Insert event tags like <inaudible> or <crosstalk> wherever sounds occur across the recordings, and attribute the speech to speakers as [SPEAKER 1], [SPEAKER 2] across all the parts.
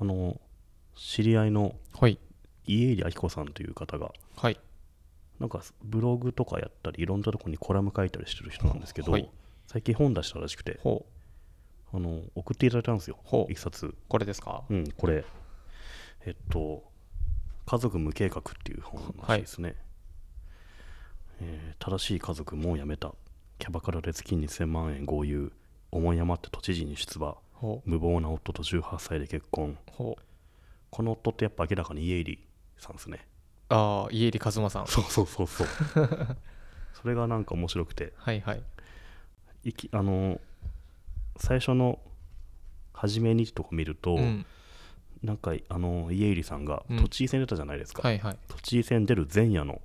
[SPEAKER 1] あの知り合いの
[SPEAKER 2] はい
[SPEAKER 1] 家入明子さんという方が
[SPEAKER 2] はい
[SPEAKER 1] なんかブログとかやったりいろんなとこにコラム書いたりしてる人なんですけど、
[SPEAKER 2] はい
[SPEAKER 1] 最近本出したらしくて
[SPEAKER 2] ほう
[SPEAKER 1] あの送っていただいたんですよ
[SPEAKER 2] ほう
[SPEAKER 1] 一冊
[SPEAKER 2] これですか
[SPEAKER 1] うんこれえっと「家族無計画」っていう本らしいですね、えー正しい家族もうやめたキャバクラで月2000万円豪遊思い余って都知事に出馬
[SPEAKER 2] ほう
[SPEAKER 1] 無謀な夫と18歳で結婚
[SPEAKER 2] ほう
[SPEAKER 1] この夫ってやっぱ明らかに家入さんですね
[SPEAKER 2] ああ家入一馬さん
[SPEAKER 1] そうそうそうそう
[SPEAKER 2] <laughs>
[SPEAKER 1] それがなんか面白くて
[SPEAKER 2] はいはい
[SPEAKER 1] いきあの最初の初めにとこ見ると、
[SPEAKER 2] うん
[SPEAKER 1] なんかあの家入さんが
[SPEAKER 2] うん
[SPEAKER 1] 都知事選出たじゃないですか、
[SPEAKER 2] はいはいへ
[SPEAKER 1] 都知事選出る前夜の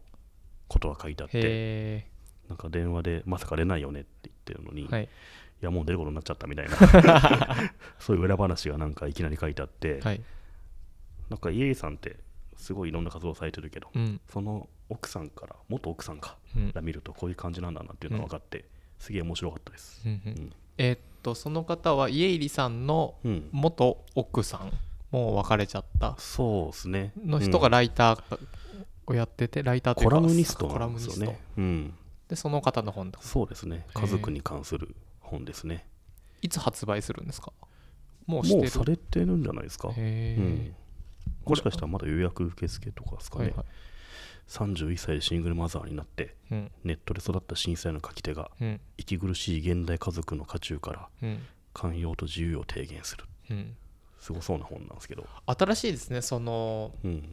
[SPEAKER 1] ことが書いてあって
[SPEAKER 2] え
[SPEAKER 1] なんか電話でまさか出ないよねって言ってるのに、、
[SPEAKER 2] はいい
[SPEAKER 1] やもう出ることになっちゃったみたい
[SPEAKER 2] <laughs>
[SPEAKER 1] なそういう裏話がなんかいきなり書いてあって、
[SPEAKER 2] はい
[SPEAKER 1] なんか家入さんってすごいいろんな活動をされてるけど、
[SPEAKER 2] うん
[SPEAKER 1] その奥さんから元奥さんか
[SPEAKER 2] うん
[SPEAKER 1] ら見るとこういう感じなんだなっていうのが分かって、すげえ面白かったです
[SPEAKER 2] うんう
[SPEAKER 1] うんん、
[SPEAKER 2] えーっとその方は家入さんの
[SPEAKER 1] うん
[SPEAKER 2] 元奥さんもう別れちゃった
[SPEAKER 1] そうですね
[SPEAKER 2] の人がライターをやってて、ライター
[SPEAKER 1] うん
[SPEAKER 2] という
[SPEAKER 1] コ
[SPEAKER 2] か
[SPEAKER 1] ラムニスト
[SPEAKER 2] コ
[SPEAKER 1] な
[SPEAKER 2] ラ
[SPEAKER 1] ん
[SPEAKER 2] ム
[SPEAKER 1] で
[SPEAKER 2] ニ
[SPEAKER 1] す
[SPEAKER 2] ス
[SPEAKER 1] よ
[SPEAKER 2] ト
[SPEAKER 1] ね、うん、
[SPEAKER 2] でその方の本ってこと
[SPEAKER 1] そうですね
[SPEAKER 2] へー
[SPEAKER 1] 家族に関する本ですね
[SPEAKER 2] いつ発売するんですかもうして
[SPEAKER 1] も
[SPEAKER 2] る
[SPEAKER 1] うされてるんじゃないですか、
[SPEAKER 2] へ
[SPEAKER 1] う
[SPEAKER 2] ー
[SPEAKER 1] ん、もしかしたらまだ予約受付とかですかね、
[SPEAKER 2] はいはい
[SPEAKER 1] 31歳でシングルマザーになって
[SPEAKER 2] うん
[SPEAKER 1] ネットで育った震災の書き手が
[SPEAKER 2] うん
[SPEAKER 1] 息苦しい現代家族の家中から
[SPEAKER 2] うん
[SPEAKER 1] 寛容と自由を提言する
[SPEAKER 2] うん
[SPEAKER 1] すごそうな本なんですけど
[SPEAKER 2] 新しいですねその
[SPEAKER 1] うん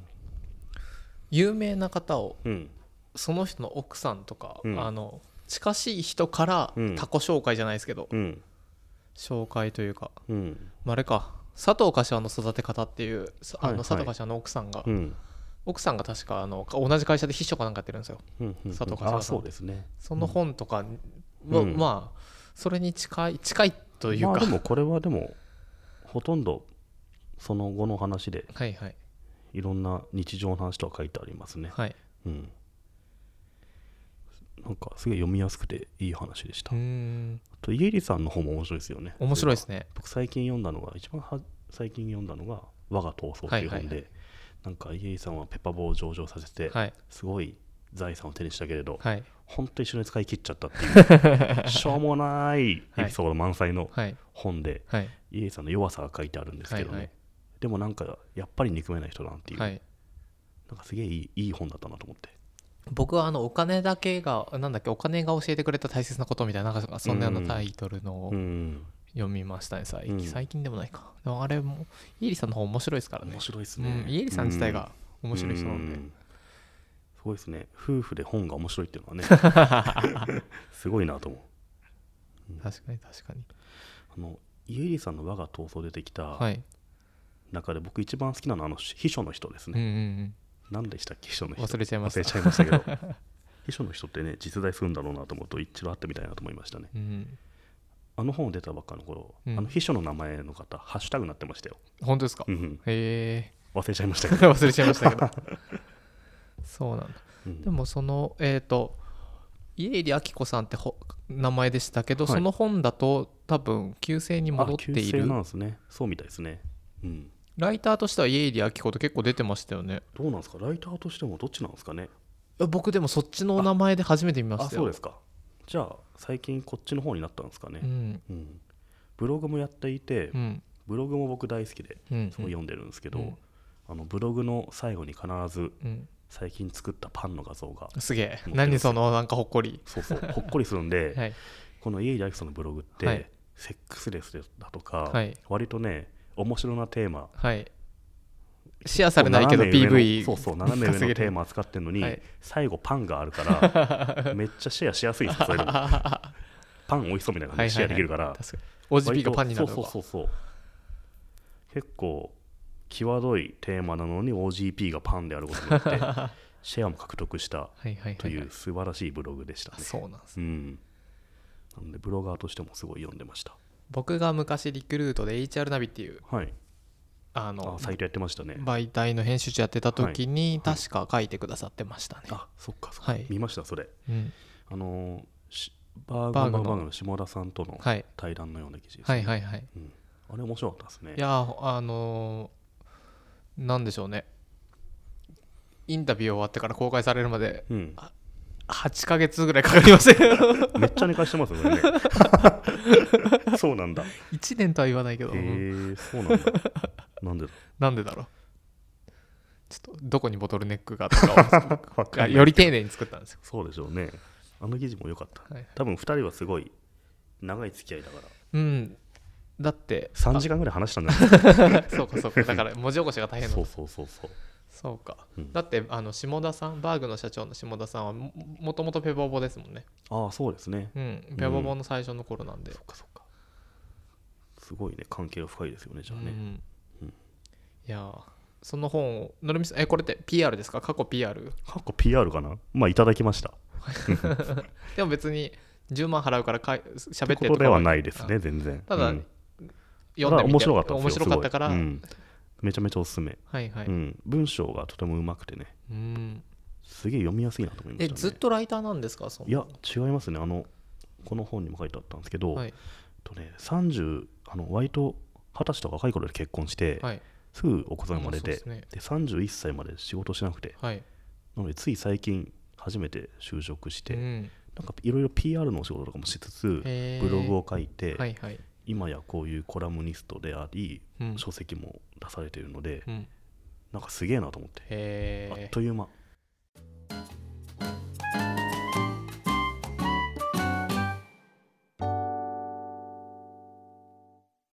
[SPEAKER 2] 有名な方を
[SPEAKER 1] うん
[SPEAKER 2] その人の奥さんとか、
[SPEAKER 1] うん
[SPEAKER 2] あの近しい人から
[SPEAKER 1] うん
[SPEAKER 2] 他己紹介じゃないですけど、
[SPEAKER 1] うん
[SPEAKER 2] 紹介というか、
[SPEAKER 1] うん
[SPEAKER 2] まあ、あれか佐藤柏の育て方っていうさあ
[SPEAKER 1] はい
[SPEAKER 2] の
[SPEAKER 1] はい
[SPEAKER 2] 佐藤柏の奥さんが、
[SPEAKER 1] うん
[SPEAKER 2] 奥さんが確かあの同じ会社で秘書かなんかやってるんですよ
[SPEAKER 1] うんうん
[SPEAKER 2] 佐藤勝
[SPEAKER 1] あ
[SPEAKER 2] さん
[SPEAKER 1] そうですね
[SPEAKER 2] その本とかは、
[SPEAKER 1] うん
[SPEAKER 2] まあそれに近い近いというか、
[SPEAKER 1] まあでもこれはでもほとんどその後の話で
[SPEAKER 2] はいはい
[SPEAKER 1] いろんな日常の話とか書いてありますね
[SPEAKER 2] はい
[SPEAKER 1] うんなんかすげえ読みやすくていい話でした
[SPEAKER 2] うーん
[SPEAKER 1] あと家入さんの方も面白いですよね
[SPEAKER 2] 面白いですね
[SPEAKER 1] 僕最近読んだのが一番は最近読んだのが「我が闘争」っていう本で、
[SPEAKER 2] はいはいは
[SPEAKER 1] なんか家入さんはペッパー棒を上場させて、
[SPEAKER 2] はい
[SPEAKER 1] すごい財産を手にしたけ
[SPEAKER 2] <laughs>
[SPEAKER 1] れど、
[SPEAKER 2] はい
[SPEAKER 1] 本当に一緒に使い切っちゃったっていうしょうもないエピソード満載の
[SPEAKER 2] はい
[SPEAKER 1] 本で、
[SPEAKER 2] はい
[SPEAKER 1] 家入さんの弱さが書いてあるんですけどね、
[SPEAKER 2] はいはい
[SPEAKER 1] でもなんかやっぱり憎めない人だなっていう、
[SPEAKER 2] はい
[SPEAKER 1] なんかすげえいいいい本だったなと思って
[SPEAKER 2] 僕はあのお金だけがなんだっけお金が教えてくれた大切なことみたいななんかそんなようなタイトルのを
[SPEAKER 1] うん
[SPEAKER 2] 読みましたね最近、
[SPEAKER 1] うん
[SPEAKER 2] 最近でもないかでもあれもイエリさんの方面白いですからね
[SPEAKER 1] 面白いです
[SPEAKER 2] う
[SPEAKER 1] ね
[SPEAKER 2] ん、イエリさん自体が
[SPEAKER 1] うん
[SPEAKER 2] 面白い人なんで、
[SPEAKER 1] うすごいですね夫婦で本が面白いっていうのはね
[SPEAKER 2] <laughs>
[SPEAKER 1] すごいなと思う
[SPEAKER 2] 確かに確かに
[SPEAKER 1] あの家入さんの「我が闘争」出てきた
[SPEAKER 2] はい
[SPEAKER 1] 中で、僕一番好きなのはあの秘書の人です
[SPEAKER 2] うんう
[SPEAKER 1] ね、
[SPEAKER 2] ん
[SPEAKER 1] 何でしたっけ秘書の
[SPEAKER 2] うん
[SPEAKER 1] 人
[SPEAKER 2] 忘れちゃいま
[SPEAKER 1] 忘
[SPEAKER 2] し
[SPEAKER 1] れち
[SPEAKER 2] た
[SPEAKER 1] ゃいましたけど秘書の人ってね実在するんだろうなと思うと一度会ってみたいなと思いましたね
[SPEAKER 2] うん
[SPEAKER 1] あの本出たばっかの頃、
[SPEAKER 2] うん
[SPEAKER 1] あの秘書の名前の方ハッシュタグになってましたよ、
[SPEAKER 2] 本当ですか、
[SPEAKER 1] うんうん
[SPEAKER 2] へえ
[SPEAKER 1] 忘れちゃいました
[SPEAKER 2] <laughs>
[SPEAKER 1] けど、
[SPEAKER 2] 忘れちゃいましたけどそうなんだ
[SPEAKER 1] うん
[SPEAKER 2] でもそのえっ、と家入明子さんってほ名前でしたけど、
[SPEAKER 1] はい
[SPEAKER 2] その本だと多分旧姓に戻って
[SPEAKER 1] あ
[SPEAKER 2] い
[SPEAKER 1] 旧姓
[SPEAKER 2] る
[SPEAKER 1] なんですねそうみたいですねうん
[SPEAKER 2] ライターとしては家入明子と結構出てましたよね
[SPEAKER 1] どうなんですかライターとしてもどっちなんですかね
[SPEAKER 2] 僕でもそっちのお名前で初めて見ま
[SPEAKER 1] あ
[SPEAKER 2] し
[SPEAKER 1] そ
[SPEAKER 2] た
[SPEAKER 1] う
[SPEAKER 2] よ
[SPEAKER 1] ですかじゃあ最近こっちの方になったんですかね、
[SPEAKER 2] うん
[SPEAKER 1] うんブログもやっていて、
[SPEAKER 2] うん
[SPEAKER 1] ブログも僕大好きで
[SPEAKER 2] うん
[SPEAKER 1] すごい読んでるんですけど、
[SPEAKER 2] うん
[SPEAKER 1] あのブログの最後に必ず
[SPEAKER 2] うん
[SPEAKER 1] 最近作ったパンの画像が
[SPEAKER 2] すげえ
[SPEAKER 1] 持ってます
[SPEAKER 2] 何そのなんかほっこり <laughs>
[SPEAKER 1] そうそうほっこりするんで、
[SPEAKER 2] はい
[SPEAKER 1] この家入明さんのブログって、
[SPEAKER 2] はい
[SPEAKER 1] セックスレスだとか、
[SPEAKER 2] はい
[SPEAKER 1] 割とね面白なテーマ
[SPEAKER 2] はいシェアされないけど
[SPEAKER 1] 斜め上の
[SPEAKER 2] PV
[SPEAKER 1] そうそう斜め上のテーマ扱ってるのに、
[SPEAKER 2] はい
[SPEAKER 1] 最後パンがあるからめっちゃシェアしやすいですそれ
[SPEAKER 2] <laughs>
[SPEAKER 1] でもパン美味しそうみたいな感じでシェアできるから、
[SPEAKER 2] 確かにおじびがパンになる
[SPEAKER 1] 割
[SPEAKER 2] の
[SPEAKER 1] と
[SPEAKER 2] か
[SPEAKER 1] そうそうそうそう結構際どいテーマなのに OGP がパンであることによ
[SPEAKER 2] <laughs>
[SPEAKER 1] ってシェアも獲得した
[SPEAKER 2] はいはいはいはい
[SPEAKER 1] という素晴らしいブログでしたね
[SPEAKER 2] あ、そうなんです
[SPEAKER 1] うんなのでブロガーとしてもすごい読んでました
[SPEAKER 2] 僕が昔リクルートで HR ナビっていう
[SPEAKER 1] はい
[SPEAKER 2] あ
[SPEAKER 1] あ
[SPEAKER 2] の
[SPEAKER 1] サイトやってましたね
[SPEAKER 2] 媒体の編集長やってた時に確か書いてくださってましたね
[SPEAKER 1] あそっかそっか、
[SPEAKER 2] はい
[SPEAKER 1] 見ましたそれ
[SPEAKER 2] うん
[SPEAKER 1] あのーしバー
[SPEAKER 2] バ
[SPEAKER 1] グ
[SPEAKER 2] ー
[SPEAKER 1] の
[SPEAKER 2] グの
[SPEAKER 1] バーグの下田さんとの
[SPEAKER 2] はい
[SPEAKER 1] 対談のような記事です、
[SPEAKER 2] はいはいはい
[SPEAKER 1] うんあれ面白かったですね
[SPEAKER 2] いやーあのなんでしょうねインタビュー終わってから公開されるまで
[SPEAKER 1] うん、
[SPEAKER 2] 8ヶ月ぐらいかかりまし
[SPEAKER 1] <laughs>
[SPEAKER 2] たよ
[SPEAKER 1] めっちゃ寝かしてますよ <laughs> ねそうなんだへ
[SPEAKER 2] 1年とは言わないけど、うん
[SPEAKER 1] えそうなんだなんでだ
[SPEAKER 2] なんでだろうちょっとどこにボトルネックがあったかを
[SPEAKER 1] わ <laughs> かんない
[SPEAKER 2] より丁寧に作ったんですよ
[SPEAKER 1] そうでしょうねあの記事も良かった
[SPEAKER 2] はい
[SPEAKER 1] 多分2人はすごい長い付き合いだから
[SPEAKER 2] うん
[SPEAKER 1] <laughs>
[SPEAKER 2] だって
[SPEAKER 1] 3時間ぐらい話したんじゃない
[SPEAKER 2] あそうかそうかだから文字起こしが大変な
[SPEAKER 1] そ
[SPEAKER 2] の
[SPEAKER 1] うそうそうそう
[SPEAKER 2] そうか、
[SPEAKER 1] うん
[SPEAKER 2] だってあの下田さんバーグの社長の下田さんはももともとペボボですもんね
[SPEAKER 1] ああそうですね
[SPEAKER 2] うんペボボの最初の頃なんで、
[SPEAKER 1] そっかそっかすごいね関係が深いですよねじゃあね、
[SPEAKER 2] うん
[SPEAKER 1] うん
[SPEAKER 2] いやーその本をのるみさんえこれって PR ですか過去 PR
[SPEAKER 1] 過去 PR かなまあいただきました
[SPEAKER 2] でも別に10万払うからかい
[SPEAKER 1] っ
[SPEAKER 2] 喋って
[SPEAKER 1] こ
[SPEAKER 2] て
[SPEAKER 1] とと
[SPEAKER 2] か
[SPEAKER 1] ではないですね全然
[SPEAKER 2] ただ
[SPEAKER 1] うん
[SPEAKER 2] 読んでみて
[SPEAKER 1] ただ面白かったんですよ
[SPEAKER 2] 面白かったか
[SPEAKER 1] す
[SPEAKER 2] ら、
[SPEAKER 1] ごいうんめちゃめちゃおすすめ、
[SPEAKER 2] はいはい、
[SPEAKER 1] う
[SPEAKER 2] うん
[SPEAKER 1] ん、文章がとてもうまくてねすげえ読みやすいなと思いまし
[SPEAKER 2] え
[SPEAKER 1] た、ね、
[SPEAKER 2] ずっとライターなんですかその
[SPEAKER 1] いや違いますねあのこの本にも書いてあったんですけど、
[SPEAKER 2] はい
[SPEAKER 1] とね、30あの割と二十歳とか若い頃で結婚して、
[SPEAKER 2] はい
[SPEAKER 1] すぐお子さん生まれて
[SPEAKER 2] あそうですね
[SPEAKER 1] で31歳まで仕事しなくて
[SPEAKER 2] はい
[SPEAKER 1] なのでつい最近初めて就職して、
[SPEAKER 2] うん
[SPEAKER 1] なんかいろいろ PR のお仕事とかもしつつ
[SPEAKER 2] へー
[SPEAKER 1] ブログを書いて、
[SPEAKER 2] はいはい
[SPEAKER 1] 今やこういうコラムニストであり、
[SPEAKER 2] うん
[SPEAKER 1] 書籍も出されているので、
[SPEAKER 2] うん
[SPEAKER 1] なんかすげえなと思って、
[SPEAKER 2] へ
[SPEAKER 1] あっ
[SPEAKER 2] え
[SPEAKER 1] という間